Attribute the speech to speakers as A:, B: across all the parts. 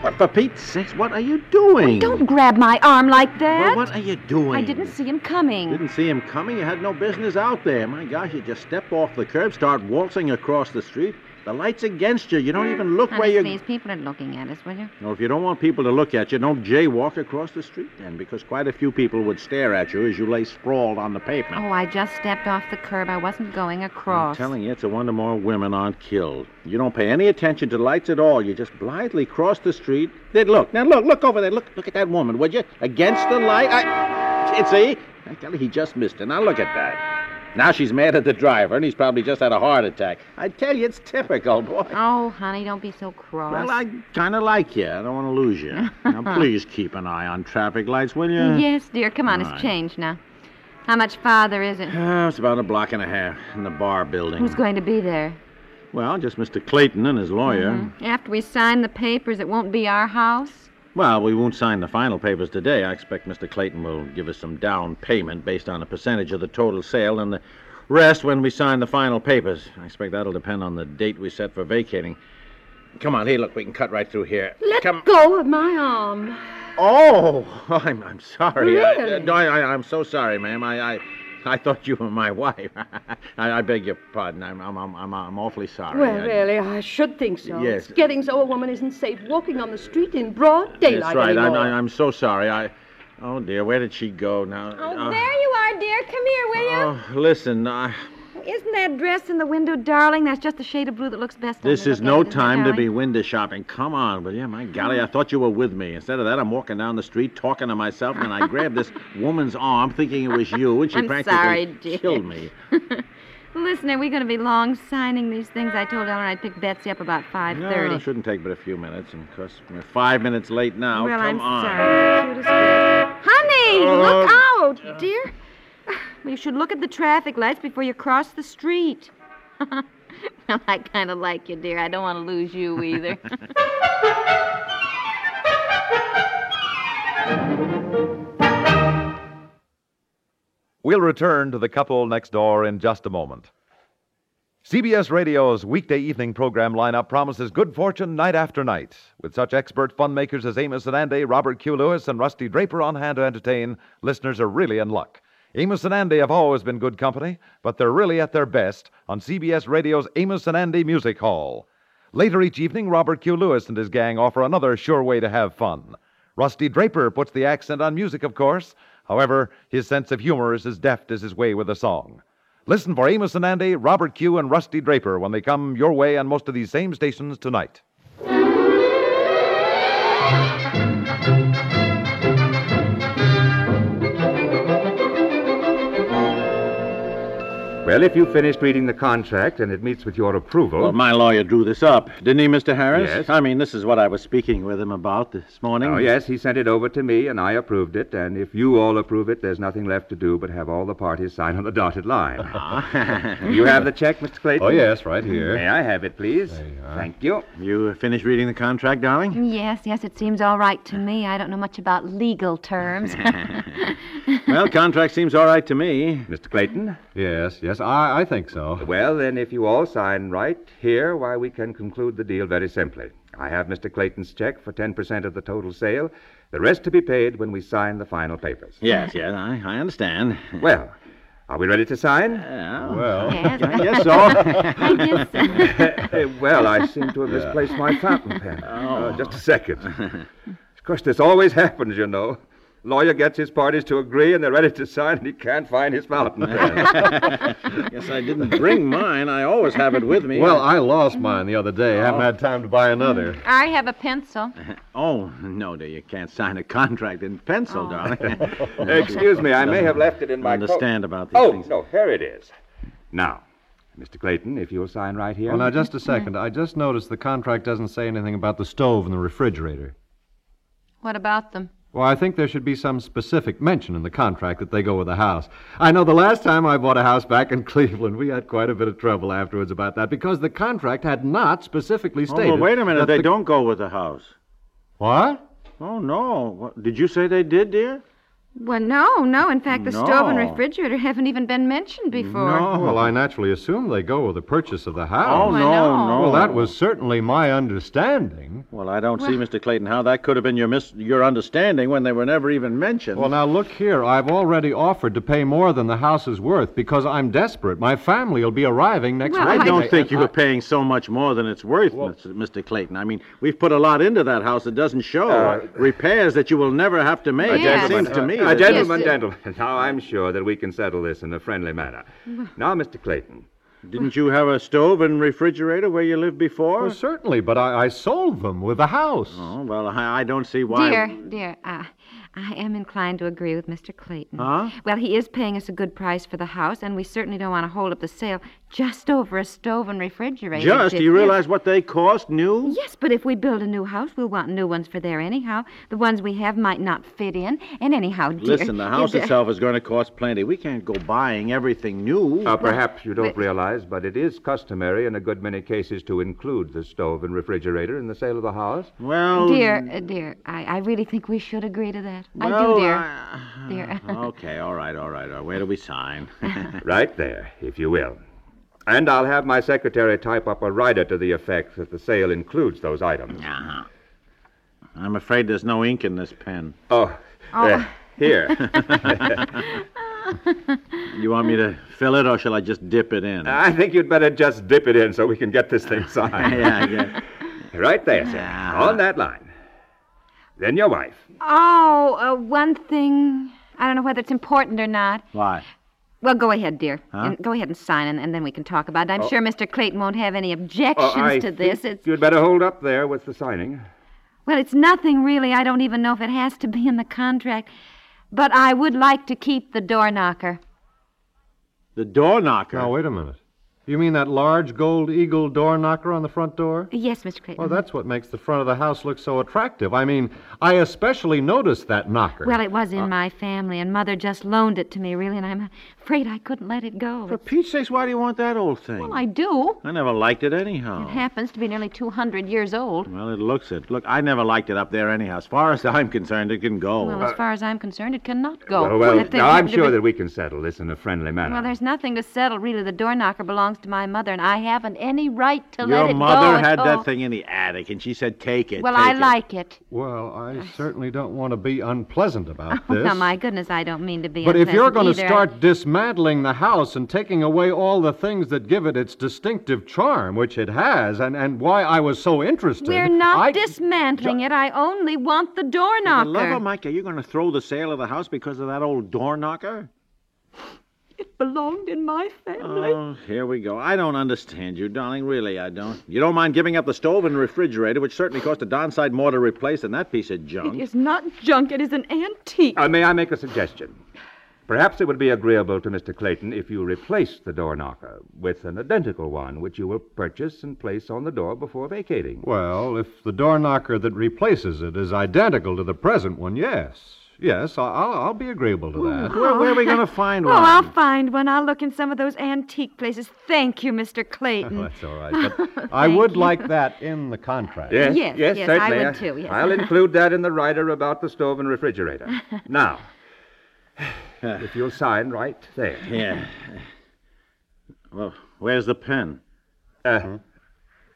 A: What, for Pete's sakes, what are you doing?
B: Don't grab my arm like that.
A: Well, what are you doing?
B: I didn't see him coming.
A: Didn't see him coming. You had no business out there. My gosh, you just step off the curb, start waltzing across the street. The light's against you. You don't even look
C: Honey,
A: where you're.
C: please, people are looking at us, will you?
A: No, if you don't want people to look at you, don't jaywalk across the street then, because quite a few people would stare at you as you lay sprawled on the pavement.
C: Oh, I just stepped off the curb. I wasn't going
A: I'm
C: across.
A: telling you, it's a wonder more women aren't killed. You don't pay any attention to lights at all. You just blithely cross the street. Then look, now look, look over there. Look, look at that woman, would you? Against the light. I it's see. I tell you, he just missed her. Now look at that. Now she's mad at the driver, and he's probably just had a heart attack. I tell you, it's typical, boy.
C: Oh, honey, don't be so cross.
A: Well, I kind of like you. I don't want to lose you. now, please keep an eye on traffic lights, will you?
C: Yes, dear. Come on,
A: All uh, right.
C: it's changed now. How much farther is it?
A: Oh, it's about a block and a half in the bar building.
C: Who's going to be there?
A: Well, just Mr. Clayton and his lawyer.
C: After we sign the papers, it won't be our house.
A: Well, we won't sign the final papers today. I expect Mr. Clayton will give us some down payment based on a percentage of the total sale and the rest when we sign the final papers. I expect that'll depend on the date we set for vacating. Come on, here, look, we can cut right through here.
B: Let
A: Come.
B: go of my arm.
A: Oh, I'm, I'm sorry. I, uh,
B: Really?
A: no, I, I'm so sorry, ma'am. I, I, I thought you were my wife. I, I beg your pardon. I'm, I'm, I'm, I'm awfully sorry.
B: Well,
A: I-
B: really, I should think so.
A: Yes.
B: It's getting so a woman isn't safe walking on the street in broad daylight
A: That's right. I'm,
B: anymore.
A: I'm, I'm so sorry. I, oh dear, where did she go now?
C: Oh,
A: Uh,
C: there you are, dear. Come here, will you?
A: Oh, listen, I,
C: Isn't that dress in the window, darling? That's just the shade of blue that looks best on
A: this
C: me.
A: is
C: Look
A: no
C: at it, isn't it,
A: time to
C: darling?
A: be window shopping. Come on, will you? My golly, I thought you were with me. Instead of that, I'm walking down the street talking to myself, and I grabbed this woman's arm thinking it was you, and she
C: I'm
A: practically
C: sorry, dear.
A: killed me.
C: Listen, are we going to be long signing these things? I told Eleanor I'd pick Betsy up about five
A: No,
C: thirty.
A: it shouldn't take but a few minutes, and of course, we're five minutes late now.
C: well,
A: Come
C: I'm
A: on. Uh,
C: sorry. Cute as well. Honey, look out, dear. You should look at the traffic lights before you cross the street. well, I kind of like you, dear. I don't want to lose you either.
D: We'll return to The Couple Next Door in just a moment. CBS Radio's weekday evening program lineup promises good fortune night after night, with such expert fun makers as Amos Anande, Robert Q. Lewis, and Rusty Draper on hand to entertain. Listeners are really in luck. Amos and Andy have always been good company, but they're really at their best on CBS Radio's Amos and Andy Music Hall. Later each evening, Robert Q. Lewis and his gang offer another sure way to have fun. Rusty Draper puts the accent on music, of course. However, his sense of humor is as deft as his way with a song. Listen for Amos and Andy, Robert Q, and Rusty Draper when they come your way on most of these same stations tonight.
E: Well, if you finished reading the contract and it meets with your approval.
A: Well, my lawyer drew this up, didn't he, Mr. Harris?
E: Yes.
A: I mean, this is what I was speaking with him about this morning.
E: Oh,
F: mm.
E: yes, he sent it over to me, and I approved it. And if you all approve it, there's nothing left to do but have all the parties sign on the dotted line.
A: Ah.
E: you have the check, Mr. Clayton?
F: right
E: May I have it, please?
F: Oh, There you are.
E: Thank you.
A: you finished reading the contract, darling?
C: yes, yes, it seems all right to me. I don't know much about legal terms.
A: Well, contract seems all right to me.
E: Mr. Clayton?
F: Yes, yes, I, I think so.
E: Well, then, if you all sign right here, why, we can conclude the deal very simply. I have Mr. Clayton's check for 10% of the total sale, the rest to be paid when we sign the final papers.
A: Yes, yes, I, I understand.
E: Well, are we ready to sign?
A: Well,
F: Well,
C: Yes.
A: I guess so.
C: I guess so.
E: Eh, well, I seem to have misplaced my fountain pen. Uh,
A: Oh.
E: just a second. Of course, this always happens, you know. Lawyer gets his parties to agree, and they're ready to sign, and he can't find his fountain pen.
A: guess I didn't bring mine. I always have it with me.
F: well, I lost mine the other day. I haven't had time to buy another.
C: I have a pencil.
A: oh no, dear, you can't sign a contract in pencil,
C: Oh.
A: darling.
E: Excuse me, I may have left it in
A: I
E: my coat.
A: understand about these
E: Oh,
A: things.
E: no, here it is. Now, Mr. Clayton, if you'll sign right here.
F: Well, now, just a second. I just noticed the contract doesn't say anything about the stove and the refrigerator.
C: What about them?
F: Well, I think there should be some specific mention in the contract that they go with a house. I know the last time I bought a house back in Cleveland, we had quite a bit of trouble afterwards about that because the contract had not specifically
A: Oh,
F: stated.
A: well, wait a minute.
F: that
A: They
F: the-
A: don't go with the house.
F: What?
A: Oh, no. What- Did you say they did, dear?
C: Well, no, no. In fact, the stove and
A: No.
C: refrigerator haven't even been mentioned before.
A: No.
F: Well, I naturally assume they go with the purchase of the
A: Oh,
F: house.
A: no,
C: no.
A: no.
F: Well,
E: Oh.
F: that was certainly my understanding.
A: Well, I don't see, Mr. Clayton, how that could have been your mis- your understanding when they were never even mentioned.
F: Well, now look here. I've already offered to pay more than the house is worth because I'm desperate. My family will be arriving next
C: Well,
F: week.
A: I don't think you
F: I-
A: were paying so much more than it's worth, Mr. Mr. Clayton. I mean, we've put a lot into that house that doesn't show.
E: Uh,
A: repairs that you will never have to make.
C: Yes.
A: It seems to me.
E: Uh,
A: that-
E: gentlemen,
C: Yes, uh,
E: gentlemen, now I'm sure that we can settle this in a friendly manner. Now, Mr. Clayton,
A: Didn't you have a stove and refrigerator where you lived before?
F: Well, certainly, but I, I sold them with the house.
A: Oh, well, I, I don't see why.
C: Dear, dear, uh, I am inclined to agree with Mr. Clayton.
A: Huh?
C: Well, he is paying us a good price for the house, and we certainly don't want to hold up the sale just over a stove and refrigerator.
A: Just, do
C: Dick.
A: you realize what they cost new?
C: Yes, but if we build a new house, we'll want new ones for there anyhow. The ones we have might not fit in, and anyhow, dear.
A: Listen, the house
C: is, uh,
A: itself is going to cost plenty. We can't go buying everything new.
E: uh, perhaps you don't
C: but-
E: realize, but it is customary in a good many cases to include the stove and refrigerator in the sale of the house.
A: well,
C: Dear, uh, dear, I, I really think we should agree to that. I
A: well,
C: do, dear.
A: I- uh,
C: Dear.
A: okay, all right, all right. all right. Where do we sign?
E: Right there, if you will. And I'll have my secretary type up a rider to the effect that the sale includes those items.
A: Uh-huh. I'm afraid there's no ink in this pen.
E: Oh, uh, here.
A: You want me to fill it, or shall I just dip it in?
F: Uh,
E: I think you'd better just dip it in so we can get this thing signed.
A: yeah, I guess.
E: Right there, sir.
A: Yeah.
C: Ah.
E: On that line. Then your wife.
C: Oh, uh, one thing. I don't know whether it's important or not.
A: Why?
C: Well, go ahead, dear. And go ahead and sign, and, and then we can talk about it. I'm sure Mr. Clayton won't have any
A: Uh,
C: objections
E: Oh, I
C: to this.
E: think
C: It's
E: You'd better hold up there with the signing.
C: well, it's nothing really. I don't even know if it has to be in the contract, but I would like to keep the door knocker.
A: The door knocker.
F: Now, wait a minute. You mean that large gold eagle door knocker on the front door?
C: Yes, Mr. Clayton.
F: Well, that's what makes the front of the house look so attractive. I mean, I especially noticed that knocker.
C: Well, it was in
E: Uh.
C: my family, and Mother just loaned it to me, really, and I'm afraid I couldn't let it go.
A: For Pete's sakes, why do you want that old thing?
C: Well, I do.
A: I never liked it anyhow.
C: It happens to be nearly 200 years old.
A: Well, it looks it. Look, I never liked it up there anyhow. As far as I'm concerned, it can go.
C: Well, as far as I'm concerned, it cannot go.
E: Oh, Uh. well,
C: If they
E: now, I'm
C: happen to
E: sure
C: be-
E: that we can settle this in a friendly manner.
C: Well, there's nothing to settle, really. The door knocker belongs to my mother, and I haven't any right to let
A: Your
C: it go.
A: mother
C: at
A: had
C: all.
A: that thing in the attic, and she said, "Take it."
C: Well,
A: take
C: I
A: it."
C: like it.
F: Well, I certainly don't want to be unpleasant about
C: Oh,
F: this.
C: now, my goodness, I don't mean to be.
F: But if you're
C: going to
F: start dismantling the house and taking away all the things that give it its distinctive charm, which it has, and, and why I was so interested.
C: we're not
F: I-
C: dismantling it. I only want the door
A: For
C: knocker.
A: the love of Mike, are you going to throw the sale of the house because of that old door knocker?
B: It belonged in my family.
A: Oh, here we go. I don't understand you, darling. Really, I don't. You don't mind giving up the stove and refrigerator, which certainly cost a darn sight more to replace than that piece of
B: It
A: junk.
B: is not junk. It is an antique.
E: Uh, may I make a suggestion? Perhaps it would be agreeable to Mr. Clayton if you replaced the door knocker with an identical one, which you will purchase and place on the door before vacating.
F: Well, if the door knocker that replaces it is identical to the present one, yes. Yes, I- I'll, I'll be agreeable to that.
A: Where, where are we going to find
C: Oh,
A: one?
C: I'll find one. I'll look in some of those antique places. Thank you, Mr. Clayton.
F: Well, that's all right. But I would like that in the contract.
E: Yes,
C: Yes,
E: yes,
C: yes, I
E: certainly.
C: would too, yes.
E: I'll include that in the rider about the stove and refrigerator. now, if you'll sign right there.
A: Yeah. Well, where's the pen?
E: Well,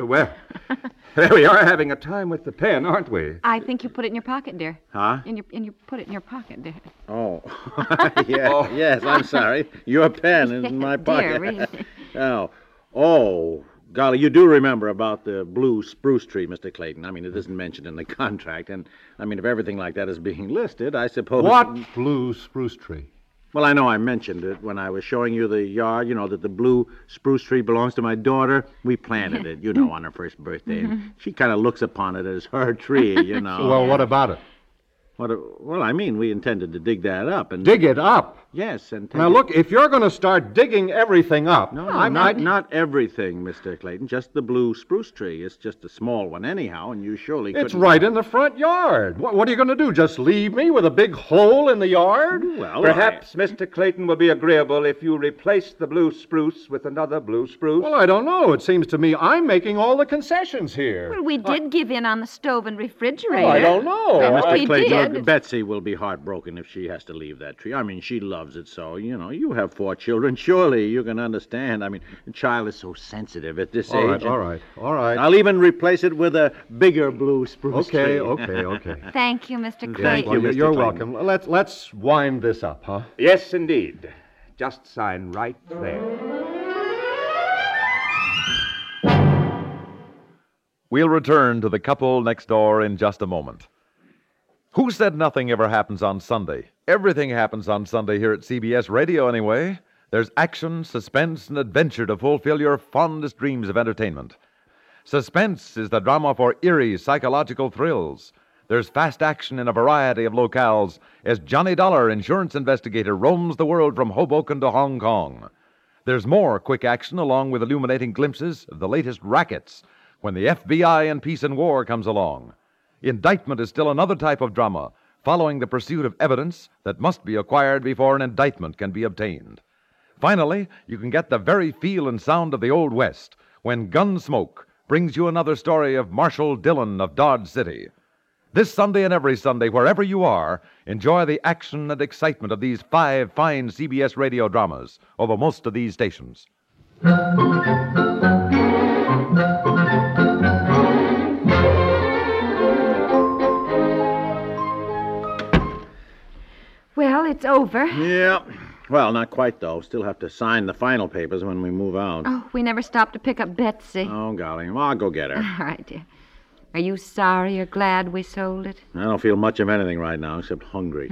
E: there we are having a time with the pen, aren't we?
C: I think you put it in your pocket, dear.
A: Huh?
C: In your, and you put it in your pocket, dear.
A: Oh. yeah.
F: Oh.
A: Yes, I'm sorry. Your pen is in my
C: Dear,
A: pocket.
C: really.
A: oh. Oh. Golly, you do remember about the blue spruce tree, Mr. Clayton. I mean, it isn't mentioned in the contract, and I mean, if everything like that is being listed, I suppose.
F: What blue spruce tree?
A: Well, I know I mentioned it when I was showing you the yard, you know, that the blue spruce tree belongs to my daughter. We planted it, you know, on her first birthday.
F: Mm-hmm.
A: And she kind of looks upon it as her tree, you know.
F: Well, what about it?
A: What, well, I mean, we intended to dig that up and
F: Dig it up.
A: Yes, and take
F: Now,
A: it-
F: look, if you're going to start digging everything up,
A: No,
F: I
A: not,
F: might
A: not everything, Mr. Clayton. Just the blue spruce tree. It's just a small one, anyhow, and you surely
F: It's
A: couldn't-
F: right in the front yard. What, what are you going to do? Just leave me with a big hole in the yard?
A: Well,
E: Perhaps Mr. Clayton will be agreeable if you replace the blue spruce with another blue spruce.
F: Well, I don't know. It seems to me I'm making all the concessions here.
C: Well, we did give in on the stove and refrigerator.
F: Oh, I don't know.
C: Well,
F: I-
C: we
A: Clayton,
C: did.
A: Betsy will be heartbroken if she has to leave that tree. I mean, she loves it so. You know, you have four children. Surely you can understand. I mean, a child is so sensitive at this
F: all
A: age.
F: right,
A: and
F: all right, all right.
A: I'll even replace it with a bigger blue spruce
F: Okay,
A: tree.
F: okay, okay.
C: Thank you, Mr. Clayton.
A: Thank
F: well,
A: you,
F: you're-
A: Mr.
F: You're
A: Clayton.
F: welcome. Let's let's wind this up, huh?
E: Yes, indeed. Just sign right there.
D: We'll return to the couple next door in just a moment. Who said nothing ever happens on Sunday? Everything happens on Sunday here at CBS Radio, anyway. There's action, suspense, and adventure to fulfill your fondest dreams of entertainment. Suspense is the drama for eerie psychological thrills. There's fast action in a variety of locales as Johnny Dollar, insurance investigator, roams the world from Hoboken to Hong Kong. There's more quick action along with illuminating glimpses of the latest rackets when the FBI and Peace and War comes along. Indictment is still another type of drama, following the pursuit of evidence that must be acquired before an indictment can be obtained. Finally, you can get the very feel and sound of the Old West when Gunsmoke brings you another story of Marshall Dillon of Dodge City. This Sunday and every Sunday, wherever you are, enjoy the action and excitement of these five fine CBS radio dramas over most of these stations.
C: Well, it's over.
A: Yeah. Well, not quite, though. Still have to sign the final papers when we move out.
C: Oh, we never stopped to pick up Betsy.
A: Oh, golly. Well, I'll go get her.
C: All right, dear. Are you sorry or glad we sold it?
A: I don't feel much of anything right now except hungry.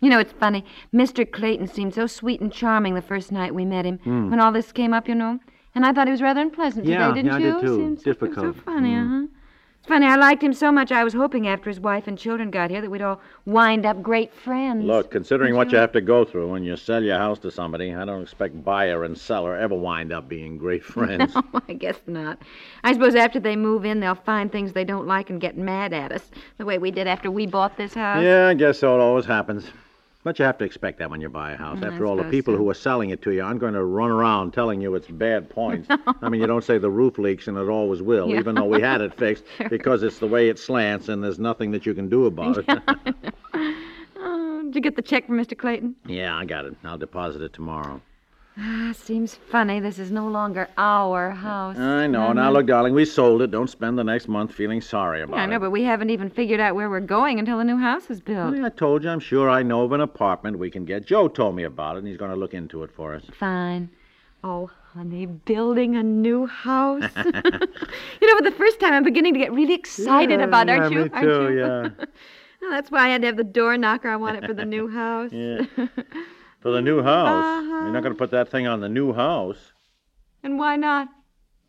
C: You know, it's funny. Mr. Clayton seemed so sweet and charming the first night we met him. When all this came up, you know. And I thought he was rather unpleasant
A: Hmm. Yeah,
C: today, didn't
A: yeah, I
C: you?
A: did too.
C: Seems- seems
A: Difficult. Hmm.
C: So funny, uh-huh. It's funny, I liked him so much I was hoping after his wife and children got here that we'd all wind up great friends.
A: Look, considering what you have to go through when you sell your house to somebody, I don't expect buyer and seller ever wind up being great friends.
C: Oh, I guess not. I suppose after they move in, they'll find things they don't like and get mad at us, the way we did after we bought this house.
A: yeah, I guess so. It always happens. But you have to expect that when you buy a house.
C: Mm, I
A: After all, the
C: suppose
A: people
C: so.
A: who are selling it to you aren't going to run around telling you it's bad points. I mean, you don't say the roof leaks, and it always will,
C: Yeah.
A: even though we had it fixed, because it's the way it slants, and there's nothing that you can do about it.
C: Oh, did you get the check from Mr. Clayton?
A: yeah, I got it. I'll deposit it tomorrow.
C: Ah, seems funny. This is no longer our house.
A: I know. Now, look, darling, we sold it. Don't spend the next month feeling sorry about
C: Mm-hmm. I
A: it.
C: know, but we haven't even figured out where we're going until the new house is built.
A: Well, I told you, I'm sure I know of an apartment we can get. Joe told me about it, and he's going to look into it for us.
C: Fine. Oh, honey, building a new house. you know, for the first time, I'm beginning to get really excited about, aren't you? aren't you?
A: yeah.
C: Well, that's why I had to have the door knocker. I want it for the new house.
A: For the new house.
C: Uh-huh.
A: You're not going to put that thing on the new house.
C: And why not?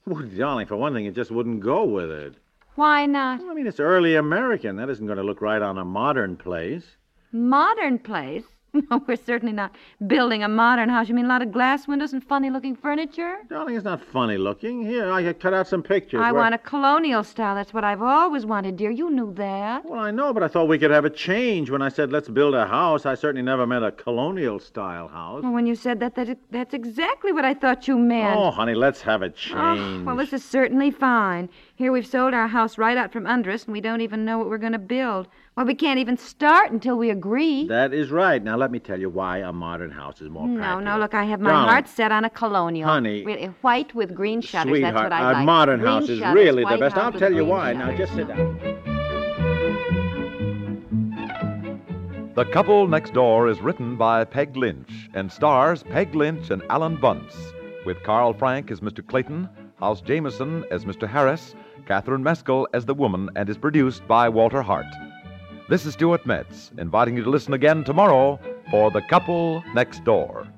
A: Well, darling, for one thing, it just wouldn't go with it.
C: Why not?
A: I mean, it's early American. That isn't going to look right on a modern place.
C: Modern place? No, we're certainly not building a modern house. You mean a lot of glass windows and funny looking furniture?
A: Darling, it's not funny looking. Here, I cut out some pictures.
C: I
A: Well-
C: want a colonial style. That's what I've always wanted, dear. You knew that.
A: Well, I know, but I thought we could have a change. When I said let's build a house, I certainly never meant a colonial style house.
C: Well, when you said that, that that's exactly what I thought you meant.
A: Oh, honey, let's have a
C: Oh,
A: change.
C: well, this is certainly fine. Here we've sold our house right out from under us, and we don't even know what we're going to build. Well, we can't even start until we agree.
A: That is right. Now let me tell you why a modern house is more
C: no,
A: practical.
C: no, look, I have my
A: Darling,
C: heart set on a colonial.
A: Honey.
C: Really, white with green shutters.
A: Sweetheart,
C: that's what I
A: a
C: like.
A: modern
C: Green
A: house is
C: shutters,
A: really the
C: white
A: best.
C: house
A: I'll
C: with
A: tell you
C: green
A: why. Now
C: shutters.
A: just sit down.
D: The Couple Next Door is written by Peg Lynch and stars Peg Lynch and Alan Bunce, with Carl Frank as Mr. Clayton, House Jameson as Mr. Harris, Catherine Mescal as the woman, and is produced by Walter Hart. This is Stuart Metz, inviting you to listen again tomorrow for The Couple Next Door.